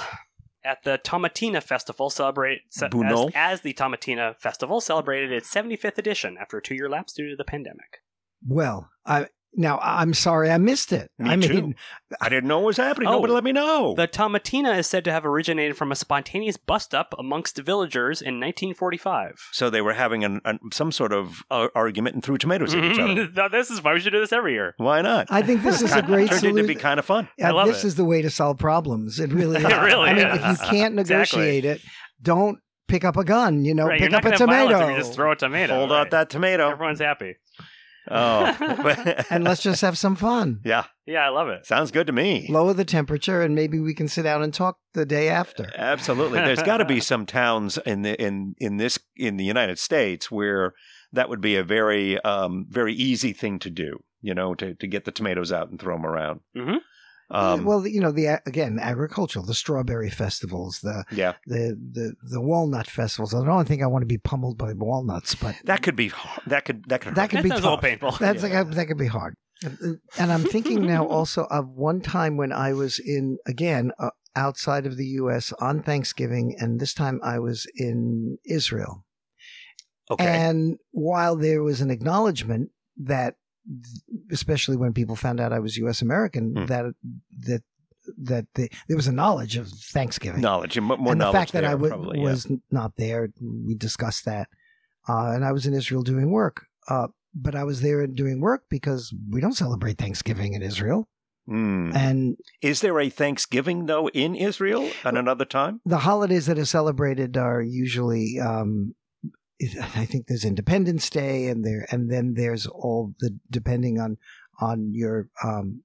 Speaker 1: At the Tomatina Festival, celebrate ce- as,
Speaker 2: Bunol?
Speaker 1: as the Tomatina Festival celebrated its 75th edition after a two-year lapse due to the pandemic.
Speaker 3: Well, I now I'm sorry I missed it.
Speaker 2: Me
Speaker 3: I mean,
Speaker 2: too. I didn't know what was happening.
Speaker 1: Oh.
Speaker 2: Nobody let me know.
Speaker 1: The Tomatina is said to have originated from a spontaneous bust-up amongst villagers in 1945.
Speaker 2: so they were having an, an, some sort of uh, argument and threw tomatoes at each other.
Speaker 1: Now, this is why we should do this every year.
Speaker 2: Why not?
Speaker 3: I think this is a
Speaker 2: Kind-
Speaker 3: great
Speaker 2: turned
Speaker 3: solution.
Speaker 2: into be kind of fun.
Speaker 3: Yeah,
Speaker 1: I love
Speaker 3: this
Speaker 1: it.
Speaker 3: is the way to solve problems. It really is.
Speaker 1: It really
Speaker 3: I mean,
Speaker 1: is.
Speaker 3: if you can't
Speaker 1: Exactly.
Speaker 3: negotiate it, don't pick up a gun. You know,
Speaker 1: right,
Speaker 3: pick
Speaker 1: you're
Speaker 3: up
Speaker 1: not
Speaker 3: a
Speaker 1: gonna violate
Speaker 3: tomato.
Speaker 1: Them, you just throw a tomato.
Speaker 2: Hold
Speaker 1: right?
Speaker 2: out that tomato.
Speaker 1: Everyone's happy.
Speaker 2: Oh,
Speaker 3: and let's just have some fun.
Speaker 2: yeah,
Speaker 1: Yeah, I love it.
Speaker 2: sounds good to me.
Speaker 3: Lower the temperature, and maybe we can sit down and talk the day after.
Speaker 2: Absolutely. There's got to be some towns in the in in this in the United States where that would be a very um very easy thing to do, you know, to to get the tomatoes out and throw them around.
Speaker 1: Mhm.
Speaker 2: Um
Speaker 3: well, you know, the again agricultural, the strawberry festivals, the
Speaker 2: yeah.
Speaker 3: the the, the walnut festivals. I don't think I want to be pummeled by walnuts, but
Speaker 2: That could be har- that could that could
Speaker 3: That
Speaker 2: hurt.
Speaker 3: could
Speaker 1: that
Speaker 3: be
Speaker 1: sounds
Speaker 3: tough.
Speaker 1: a little painful.
Speaker 3: That's
Speaker 2: Yeah.
Speaker 3: like that could be hard. And I'm thinking now also of one time when I was in again uh, outside of the U.S. on Thanksgiving, and this time I was in Israel.
Speaker 2: okay.
Speaker 3: And while there was an acknowledgement that, especially when people found out I was U.S. American,
Speaker 2: Hmm.
Speaker 3: that that that the, there was a knowledge of Thanksgiving
Speaker 2: knowledge and mo- more
Speaker 3: and the
Speaker 2: knowledge
Speaker 3: fact that
Speaker 2: there,
Speaker 3: I wa-
Speaker 2: probably, yeah.
Speaker 3: was not there, we discussed that. Uh, and I was in Israel doing work, uh, but I was there doing work because we don't celebrate Thanksgiving in Israel,
Speaker 2: Hmm.
Speaker 3: and
Speaker 2: Is there a Thanksgiving though in Israel at another time?
Speaker 3: the holidays that are celebrated are usually. Um, I think there's Independence Day, and there, and then there's all the depending on on your um,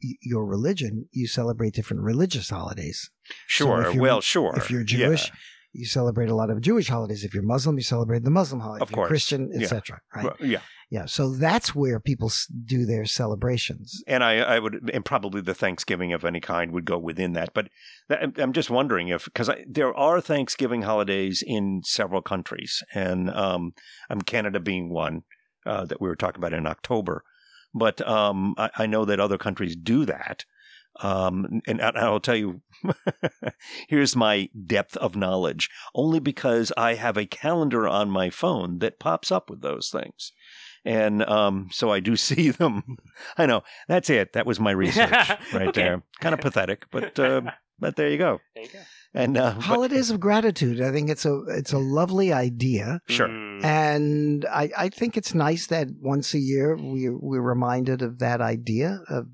Speaker 3: y- your religion, you celebrate different religious holidays.
Speaker 2: Sure.
Speaker 3: if you're-
Speaker 2: well, sure.
Speaker 3: if you're
Speaker 2: Yeah.
Speaker 3: Jewish, you celebrate a lot of Jewish holidays. If you're Muslim, you celebrate the Muslim holiday.
Speaker 2: Of
Speaker 3: if you're
Speaker 2: course.
Speaker 3: Christian,
Speaker 2: Yeah.
Speaker 3: etc. Right?
Speaker 2: Well, yeah.
Speaker 3: Yeah. So that's where people s- do their celebrations.
Speaker 2: and I, I would, and probably the Thanksgiving of any kind would go within that. But that, I'm just wondering if, because there are Thanksgiving holidays in several countries, and um, I'm Canada being one uh, that we were talking about in October. But um, I, I know that other countries do that. Um, and I- I'll tell you, here's my depth of knowledge only because I have a calendar on my phone that pops up with those things. And um, so I do see them. I know that's it. That was my research right
Speaker 1: Okay.
Speaker 2: there. Kind of pathetic, but uh, but there you go.
Speaker 1: There you go.
Speaker 2: And uh, but-
Speaker 3: Holidays of gratitude. I think it's a it's a lovely idea,
Speaker 2: sure,
Speaker 1: Mm.
Speaker 3: and I, I think it's nice that once a year we we're reminded of that idea of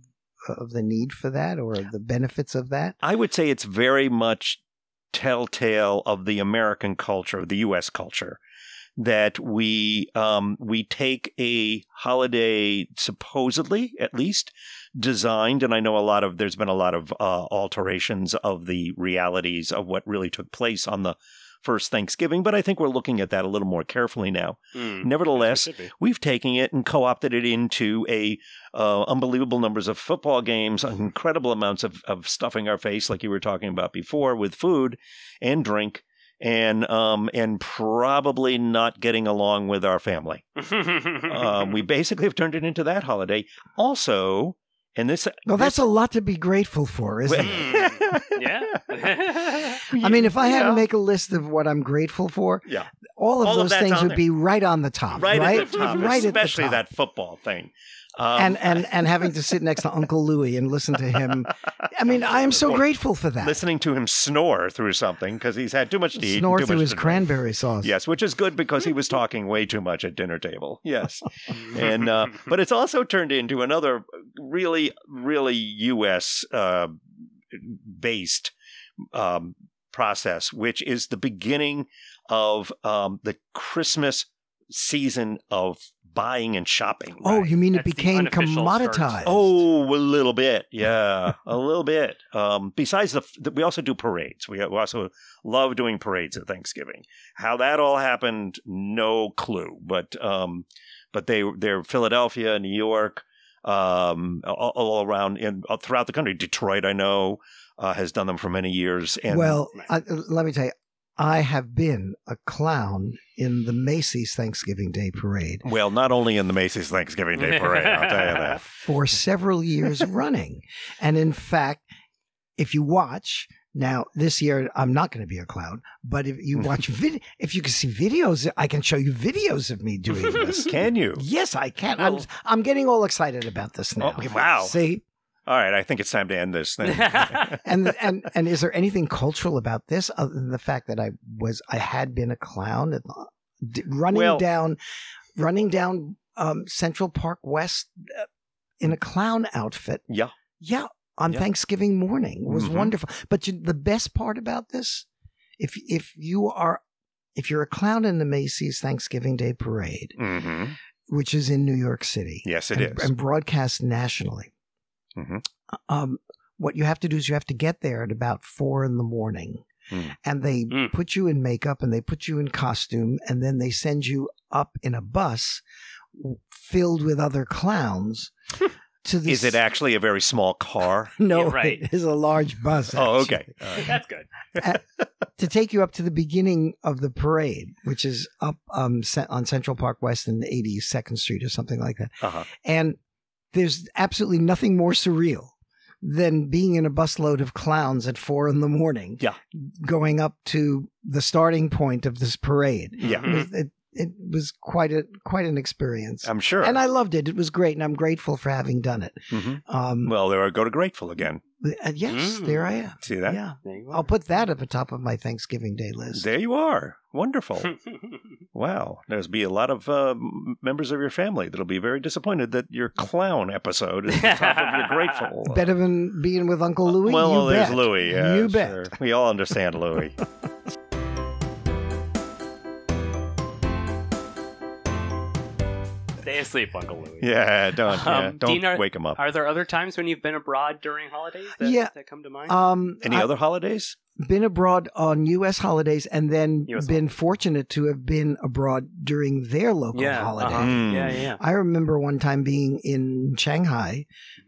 Speaker 3: of the need for that or the benefits of that.
Speaker 2: I would say it's very much telltale of the American culture, the U.S. culture, that we um, we take a holiday supposedly, at least, designed. And I know a lot of there's been a lot of uh, alterations of the realities of what really took place on the first Thanksgiving, but I think we're looking at that a little more carefully now.
Speaker 1: Mm. Yes,
Speaker 2: Nevertheless,
Speaker 1: it should be.
Speaker 2: we've taken it and co-opted it into a uh, unbelievable numbers of football games, incredible amounts of, of stuffing our face, like you were talking about before, with food and drink, and um, and probably not getting along with our family. um, we basically have turned it into that holiday. Also, and this
Speaker 3: Well, that's a lot to be grateful for, isn't it?
Speaker 1: Mm. yeah.
Speaker 3: I mean, if I had
Speaker 2: Yeah.
Speaker 3: to make a list of what I'm grateful for,
Speaker 2: Yeah.
Speaker 3: all of
Speaker 2: All of
Speaker 3: those
Speaker 2: that's
Speaker 3: things
Speaker 2: on
Speaker 3: would
Speaker 2: there.
Speaker 3: be right on the top,
Speaker 2: right,
Speaker 3: right?
Speaker 2: at the top,
Speaker 3: Right at the
Speaker 2: especially
Speaker 3: top.
Speaker 2: that football thing. Um,
Speaker 3: and and and having to sit next to Uncle Louie and listen to him. I mean, I am so
Speaker 2: Or
Speaker 3: grateful for that.
Speaker 2: listening to him snore through something because he's had too much to eat. and
Speaker 3: Snore
Speaker 2: too
Speaker 3: through
Speaker 2: much
Speaker 3: his
Speaker 2: to drink.
Speaker 3: cranberry sauce.
Speaker 2: Yes, which is good because he was talking way too much at dinner table. Yes, and uh, but it's also turned into another really, really U.S. Uh, based um, process, which is the beginning of um, the Christmas season of buying and shopping.
Speaker 3: Oh, you mean it
Speaker 1: That's the
Speaker 3: became
Speaker 1: unofficial start.
Speaker 3: commoditized?
Speaker 2: Oh, a little bit, yeah, a little bit. Um, besides the, f- we also do parades. We we also love doing parades at Thanksgiving. How that all happened, no clue. But um, but they they're Philadelphia, New York, um, all, all around in uh, throughout the country. Detroit, I know, uh, has done them for many years. And
Speaker 3: well, I, let me tell you, I have been a clown in the Macy's Thanksgiving Day Parade
Speaker 2: well, not only in the Macy's Thanksgiving Day Parade, I'll tell you that.
Speaker 3: for several years running, and in fact, if you watch. Now this year I'm not going to be a clown, but if you watch vid- if you can see videos, I can show you videos of me doing this.
Speaker 2: Can you?
Speaker 3: Yes, I can. I'm,
Speaker 2: Well-
Speaker 3: I'm getting all excited about this now.
Speaker 2: Okay, wow.
Speaker 3: See,
Speaker 2: All right, I think it's time to end this thing.
Speaker 3: and and and is there anything cultural about this other than the fact that I was I had been a clown and uh, d- running
Speaker 2: Well-
Speaker 3: down, running down um, Central Park West uh, in a clown outfit?
Speaker 2: Yeah.
Speaker 3: yeah. On
Speaker 2: Yeah.
Speaker 3: Thanksgiving morning was
Speaker 2: Mhm.
Speaker 3: wonderful. But you, the best part about this, if if you are if you're a clown in the Macy's Thanksgiving Day Parade,
Speaker 2: hmm
Speaker 3: which is in New York City,
Speaker 2: Yes, it is.
Speaker 3: and, and broadcast nationally.
Speaker 2: Mhm.
Speaker 3: Um, what you have to do is you have to get there at about four in the morning,
Speaker 2: Mm.
Speaker 3: and they
Speaker 1: Mm.
Speaker 3: put you in makeup and they put you in costume, and then they send you up in a bus w- filled with other clowns to the.
Speaker 2: Is it
Speaker 3: s-
Speaker 2: actually a very small car?
Speaker 3: No,
Speaker 1: Yeah, right.
Speaker 3: it is a large bus.
Speaker 2: Oh,
Speaker 3: actually,
Speaker 2: okay.
Speaker 1: Uh,
Speaker 2: All right.
Speaker 1: That's good.
Speaker 3: To take you up to the beginning of the parade, which is up um, ce- on Central Park West and 82nd Street or something like that.
Speaker 2: Uh-huh.
Speaker 3: And there's absolutely nothing more surreal than being in a busload of clowns at four in the morning,
Speaker 2: Yeah.
Speaker 3: going up to the starting point of this parade.
Speaker 2: Yeah.
Speaker 3: It,
Speaker 1: Mhm.
Speaker 3: was, it, it was quite a quite an experience,
Speaker 2: Mm-hmm. I'm sure.
Speaker 3: and I loved it. It was great, and I'm grateful for having done it.
Speaker 2: Mhm.
Speaker 3: Um,
Speaker 2: Well, there I go to grateful again.
Speaker 3: uh, yes,
Speaker 1: Mm.
Speaker 3: there I am.
Speaker 2: See that?
Speaker 3: Yeah,
Speaker 1: There you
Speaker 3: I'll put that at the top of my Thanksgiving Day list.
Speaker 2: There you are. Wonderful.
Speaker 1: are.
Speaker 2: wow. There's be a lot of uh, m- members of your family that'll be very disappointed that your clown episode is the top of your grateful.
Speaker 3: Better than being with Uncle Louis.
Speaker 2: Well,
Speaker 3: you
Speaker 2: there's
Speaker 3: bet.
Speaker 2: Louis. Yeah,
Speaker 3: you bet.
Speaker 2: sure. We all understand Louis.
Speaker 1: Stay asleep, Uncle Louie.
Speaker 2: yeah, don't yeah,
Speaker 1: Um,
Speaker 2: don't
Speaker 1: Dean, are-
Speaker 2: wake him up.
Speaker 1: Are there other times when you've been abroad during holidays that,
Speaker 3: Yeah.
Speaker 1: that come to mind?
Speaker 3: Um,
Speaker 2: Any
Speaker 1: uh,
Speaker 3: I-
Speaker 2: other holidays?
Speaker 3: been abroad on U.S. holidays and then
Speaker 1: US
Speaker 3: been fortunate to have been abroad during their local
Speaker 1: yeah,
Speaker 3: holiday.
Speaker 1: uh-huh.
Speaker 2: Mm.
Speaker 1: yeah, yeah,
Speaker 3: I remember one time being in Shanghai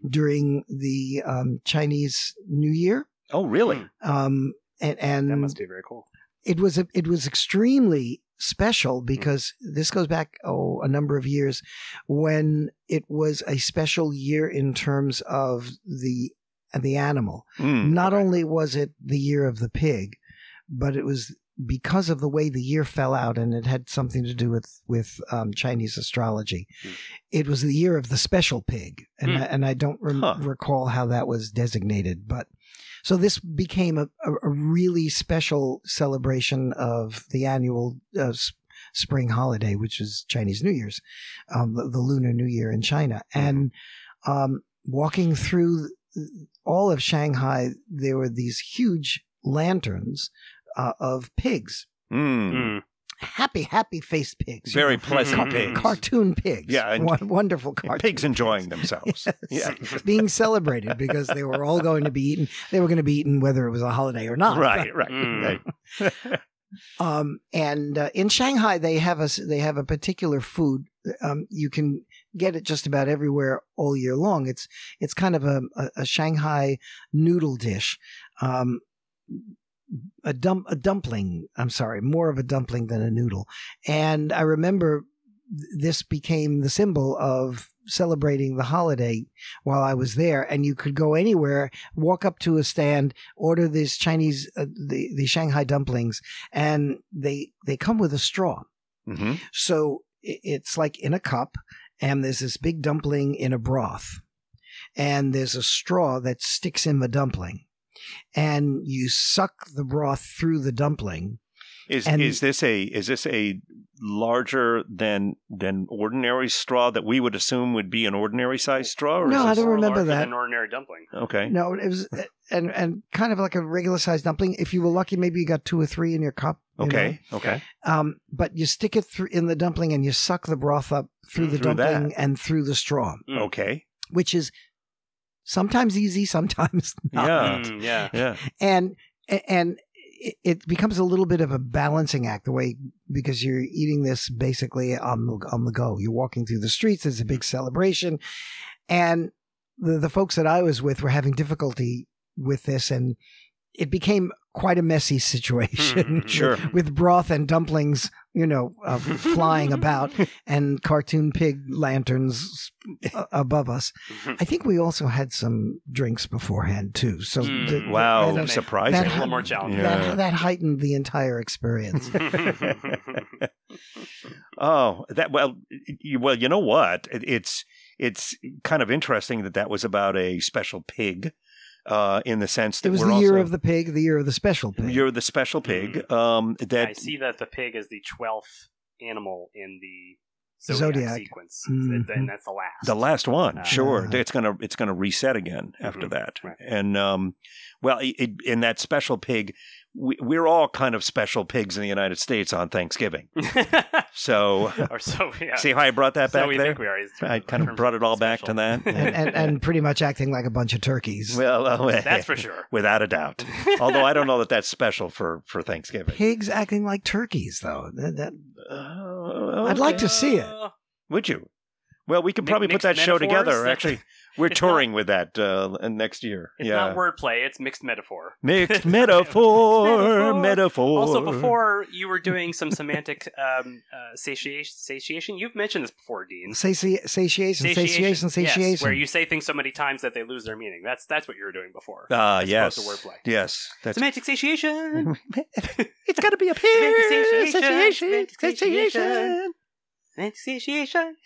Speaker 3: during the um, Chinese New Year,
Speaker 2: Oh, really?
Speaker 3: um, and,
Speaker 1: That
Speaker 3: and
Speaker 1: must be very cool.
Speaker 3: it was it was extremely special because this goes back oh a number of years when it was a special year in terms of the the animal
Speaker 1: Hmm.
Speaker 2: Mm.
Speaker 3: not only was it the year of the pig, but it was because of the way the year fell out, and it had something to do with with um, Chinese astrology.
Speaker 1: Hmm.
Speaker 3: It was the year of the special pig, and
Speaker 1: Hmm.
Speaker 3: I, and I don't rem-
Speaker 2: Huh.
Speaker 3: recall how that was designated, but so this became a, a, a really special celebration of the annual uh, s- spring holiday, which is Chinese New Year's, um, the, the Lunar New Year in China,
Speaker 1: Hmm.
Speaker 3: and um, walking through all of Shanghai, there were these huge lanterns uh, of pigs,
Speaker 2: Mm.
Speaker 1: Mm.
Speaker 3: happy, happy faced pigs, you
Speaker 2: Very
Speaker 3: know,
Speaker 2: pleasant
Speaker 1: Car-
Speaker 2: pigs.
Speaker 3: cartoon pigs,
Speaker 2: Yeah, and-
Speaker 3: Won- wonderful cartoon
Speaker 2: Pigs enjoying themselves.
Speaker 3: Yes.
Speaker 2: Yeah.
Speaker 3: being celebrated because they Ah, were all going to be eaten. They were going to be eaten whether it was a holiday or not.
Speaker 2: Right, right,
Speaker 1: Mm.
Speaker 2: right.
Speaker 3: Um, and uh, in Shanghai, they have a s- they have a particular food. Um, you can get it just about everywhere all year long. It's it's kind of a, a, a Shanghai noodle dish, um, a dump a dumpling. I'm sorry, more of a dumpling than a noodle. And I remember th- this became the symbol of celebrating the holiday while I was there. And you could go anywhere, walk up to a stand, order these Chinese uh, the the Shanghai dumplings, and they they come with a straw. Mm-hmm.
Speaker 2: hmm
Speaker 3: So i- it's like in a cup, and there's this big dumpling in a broth, and there's a straw that sticks in the dumpling, and you suck the broth through the dumpling.
Speaker 2: Is
Speaker 3: And-
Speaker 2: is this a is this a larger than than ordinary straw that we would assume would be an ordinary size straw? Or
Speaker 3: No, I
Speaker 2: is Oh,
Speaker 3: don't
Speaker 2: this,
Speaker 1: Or
Speaker 3: remember
Speaker 1: larger
Speaker 3: that.
Speaker 1: than An ordinary dumpling.
Speaker 2: Okay.
Speaker 3: No, it was uh, and and kind of like a regular sized dumpling. If you were lucky, maybe you got two or three in your cup. you know?
Speaker 2: Okay. Okay.
Speaker 3: Um, but you stick it through in the dumpling and you suck the broth up through the
Speaker 2: Mm, Through that.
Speaker 3: dumpling and through the straw,
Speaker 1: Mm.
Speaker 2: Okay.
Speaker 3: which is sometimes easy, sometimes not.
Speaker 2: Yeah.
Speaker 1: Mm, yeah.
Speaker 2: Yeah.
Speaker 3: and and it- it becomes a little bit of a balancing act the way because you're eating this basically on the on the go. You're walking through the streets. It's a big celebration, and the the folks that I was with were having difficulty with this, and it became quite a messy situation.
Speaker 1: Mm,
Speaker 2: Sure.
Speaker 3: With broth and dumplings, you know, uh, flying about, and cartoon pig lanterns a- above us. I think we also had some drinks beforehand too. So
Speaker 1: Mm.
Speaker 3: the- the-
Speaker 2: Wow.
Speaker 3: that-
Speaker 2: surprising.
Speaker 1: a little more challenging.
Speaker 2: Yeah.
Speaker 3: that, that heightened the entire experience.
Speaker 2: Oh, that well, you, well, you know what? It- It's it's kind of interesting that that was about a special pig, uh, in the sense that
Speaker 3: it was
Speaker 2: we're
Speaker 3: the year
Speaker 2: also-
Speaker 3: of the pig, the year of the special pig.
Speaker 2: year of the special pig. Um, that
Speaker 1: Mm. I see that the pig is the twelfth animal in the zodiac,
Speaker 3: Zodiac.
Speaker 1: sequence,
Speaker 3: Mhm.
Speaker 1: and that's the last.
Speaker 2: the last one,
Speaker 1: Uh,
Speaker 2: sure.
Speaker 3: Yeah.
Speaker 2: It's gonna it's gonna reset again after
Speaker 1: Mhm,
Speaker 2: that,
Speaker 1: right.
Speaker 2: and um, well, it, it- and that special pig, we, we're all kind of special pigs in the United States on Thanksgiving. So
Speaker 1: or so, yeah.
Speaker 2: see how I brought that
Speaker 1: so
Speaker 2: back
Speaker 1: we
Speaker 2: there.
Speaker 1: think we are. is-
Speaker 2: I
Speaker 1: in
Speaker 2: kind of
Speaker 1: terms
Speaker 2: brought it all back to
Speaker 1: special.
Speaker 2: that.
Speaker 3: and, and, and pretty much acting like a bunch of turkeys.
Speaker 2: well, uh,
Speaker 1: That's for sure.
Speaker 2: without a doubt. Although I don't know that that's special for for Thanksgiving.
Speaker 3: Pigs acting like turkeys, though. That, that,
Speaker 2: Uh,
Speaker 3: I'd like to see it.
Speaker 1: Uh,
Speaker 2: Would you? Well, we could
Speaker 1: mi-
Speaker 2: probably put
Speaker 1: mixed
Speaker 2: that show
Speaker 1: metaphors?
Speaker 2: together.
Speaker 1: That's-
Speaker 2: Actually, we're
Speaker 1: it's not-
Speaker 2: touring with that uh, l- next year.
Speaker 1: It's
Speaker 2: yeah.
Speaker 1: not wordplay; it's mixed metaphor.
Speaker 2: Mixed metaphor,
Speaker 1: Metaphor.
Speaker 2: metaphor.
Speaker 1: Also, before you were doing some semantic um, uh, satiation, satiation, you've mentioned this before, Dean.
Speaker 3: sati- satiation, satiation, satiation.
Speaker 1: Yes, where you say things so many times that they lose their meaning. That's that's what you were doing before.
Speaker 2: Ah,
Speaker 1: as
Speaker 2: yes.
Speaker 1: opposed to wordplay.
Speaker 2: Yes. That's.
Speaker 1: Semantic satiation.
Speaker 2: it's got to be a
Speaker 1: Semantic
Speaker 2: pig.
Speaker 1: satiation,
Speaker 2: Satiation,
Speaker 1: semantic
Speaker 2: satiation.
Speaker 1: Semantic satiation.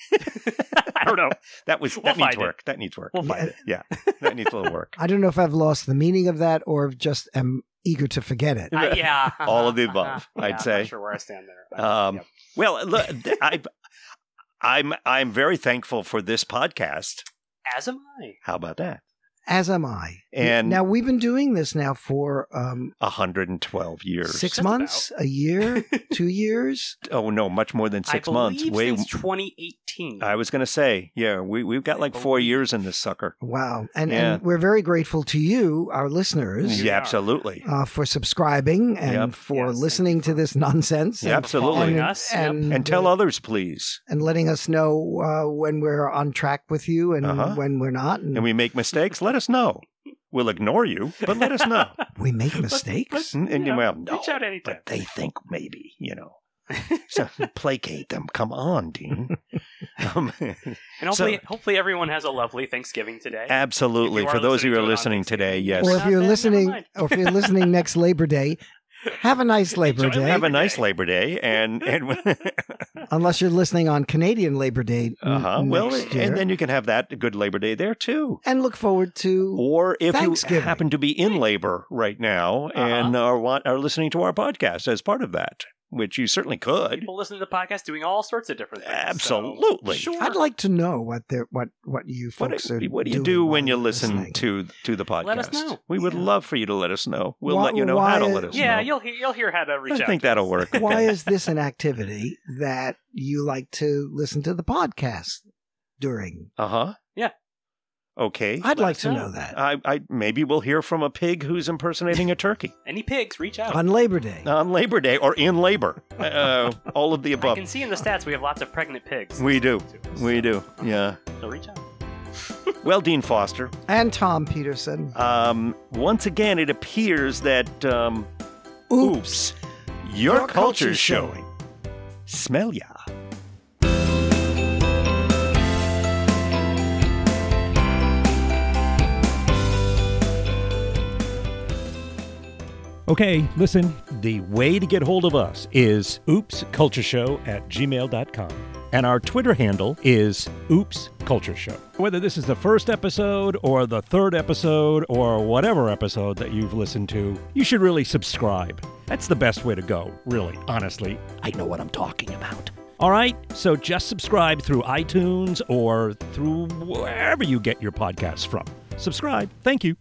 Speaker 1: I don't know.
Speaker 2: That was
Speaker 1: We'll
Speaker 2: that needs
Speaker 1: find it.
Speaker 2: work. That needs work.
Speaker 1: We'll find it.
Speaker 2: Yeah, that needs a little work.
Speaker 3: I don't know if I've lost the meaning of that or just am eager to forget it.
Speaker 1: Uh, yeah.
Speaker 2: All of the
Speaker 1: uh-huh,
Speaker 2: above,
Speaker 1: uh-huh.
Speaker 2: I'd
Speaker 1: Yeah, I'm
Speaker 2: say.
Speaker 1: not sure where I stand there.
Speaker 2: Um,
Speaker 1: Yep.
Speaker 2: Well, look, th- I, I'm I'm very thankful for this podcast.
Speaker 1: As am I.
Speaker 2: How about that?
Speaker 3: As am I.
Speaker 2: And-
Speaker 3: now we've been doing this now for um,
Speaker 2: 112 years.
Speaker 3: six
Speaker 1: Just
Speaker 3: months, a year, two years.
Speaker 2: Oh no, much more than six
Speaker 1: I
Speaker 2: months.
Speaker 1: believe
Speaker 2: Way.
Speaker 1: since 2018.
Speaker 2: I was gonna say, yeah, we we've got
Speaker 1: I
Speaker 2: like four
Speaker 1: believe-
Speaker 2: years in this sucker.
Speaker 3: Wow. And,
Speaker 2: Yeah.
Speaker 3: and we're very grateful to you, our listeners.
Speaker 1: You
Speaker 2: Yeah,
Speaker 1: are.
Speaker 2: absolutely.
Speaker 3: uh, for subscribing and
Speaker 2: Yep.
Speaker 3: for
Speaker 1: Yes,
Speaker 3: listening
Speaker 1: thank you
Speaker 3: to
Speaker 1: for-
Speaker 3: this nonsense.
Speaker 2: Yeah,
Speaker 3: and-
Speaker 2: absolutely.
Speaker 1: Following
Speaker 3: And,
Speaker 1: us. yep.
Speaker 3: and,
Speaker 2: And tell others, please.
Speaker 3: and letting us know uh, when we're on track with you and
Speaker 2: Uh-huh.
Speaker 3: when we're not. And,
Speaker 2: And
Speaker 3: we,
Speaker 2: we make mistakes. Let us know. We'll ignore you, but let us know.
Speaker 3: make
Speaker 1: Let's-
Speaker 3: mistakes.
Speaker 1: let's,
Speaker 2: And- Mm, and
Speaker 1: you know,
Speaker 2: well, no,
Speaker 1: reach out anytime.
Speaker 2: but they think maybe you know. So placate them. Come on, Dean. Um,
Speaker 1: And
Speaker 2: So-
Speaker 1: hopefully, hopefully everyone has a lovely Thanksgiving today.
Speaker 2: absolutely.
Speaker 1: If you
Speaker 2: For
Speaker 1: are
Speaker 2: those of you who are
Speaker 1: listening
Speaker 2: listening
Speaker 1: to it on
Speaker 2: today, yes,
Speaker 1: Thanksgiving,
Speaker 3: or
Speaker 1: We're
Speaker 3: if
Speaker 1: not
Speaker 3: you're
Speaker 1: then, never
Speaker 3: listening,
Speaker 1: mind.
Speaker 3: or if you're listening next Labor Day, have a nice Labor
Speaker 1: Enjoy
Speaker 3: Day.
Speaker 2: have a
Speaker 1: Labor
Speaker 2: nice
Speaker 1: Day.
Speaker 2: Labor Day, and and
Speaker 3: Unless you're listening on Canadian Labor Day. n-
Speaker 2: uh-huh.
Speaker 3: Mm-hmm. next
Speaker 2: well,
Speaker 3: year.
Speaker 2: and then you can have that good Labor Day there too.
Speaker 3: And look forward to
Speaker 2: Or if you
Speaker 3: Thanksgiving.
Speaker 2: happen to be in labor right now
Speaker 1: Uh-huh.
Speaker 2: and are, wa- are listening to our podcast as part of that, which you certainly could.
Speaker 1: People listen to the podcast doing all sorts of different things. so-
Speaker 2: Absolutely.
Speaker 1: sure.
Speaker 3: I'd like to know what they're, what what you
Speaker 2: What,
Speaker 3: folks
Speaker 2: do-
Speaker 3: are
Speaker 2: what do you
Speaker 3: doing
Speaker 2: do
Speaker 3: while
Speaker 2: when you
Speaker 3: you're
Speaker 2: listen
Speaker 3: listening.
Speaker 2: to to the podcast?
Speaker 1: Let us know.
Speaker 2: We would
Speaker 3: Yeah.
Speaker 2: love for you to let us know. We'll
Speaker 3: Why-
Speaker 2: let you know how to
Speaker 3: why-
Speaker 2: let us
Speaker 1: Yeah,
Speaker 2: know.
Speaker 1: you'll hear, you'll hear how to reach out.
Speaker 2: I think
Speaker 1: to
Speaker 2: that'll
Speaker 1: us.
Speaker 2: work.
Speaker 3: why is this an activity that you like to listen to the podcast during?
Speaker 2: Uh huh.
Speaker 1: Yeah.
Speaker 5: Okay.
Speaker 3: I'd like
Speaker 1: us
Speaker 3: to
Speaker 1: know.
Speaker 3: know that.
Speaker 5: I, I maybe we'll hear from a pig who's impersonating a turkey
Speaker 1: Any pigs, reach out.
Speaker 3: On Labor Day.
Speaker 2: Uh,
Speaker 5: on Labor Day or in labor. Uh, all of the
Speaker 1: I
Speaker 5: above.
Speaker 1: can see in the stats we have lots of pregnant pigs.
Speaker 5: We do. We do. Yeah.
Speaker 1: So reach out.
Speaker 5: Well, Dean Foster.
Speaker 3: and Tom Peterson.
Speaker 5: Um, once again, it appears that um, oops, your,
Speaker 3: Your
Speaker 5: culture's
Speaker 3: culture's
Speaker 5: showing. Smell ya.
Speaker 2: Okay, listen. The way to get hold of us is oopscultureshow at gmail.com. And our Twitter handle is oopscultureshow. Whether this is the first episode or the third episode or whatever episode that you've listened to, you should really subscribe. That's the best way to go, really, honestly. I know what I'm talking about. All right, so just subscribe through iTunes or through wherever you get your podcasts from. Subscribe. Thank you.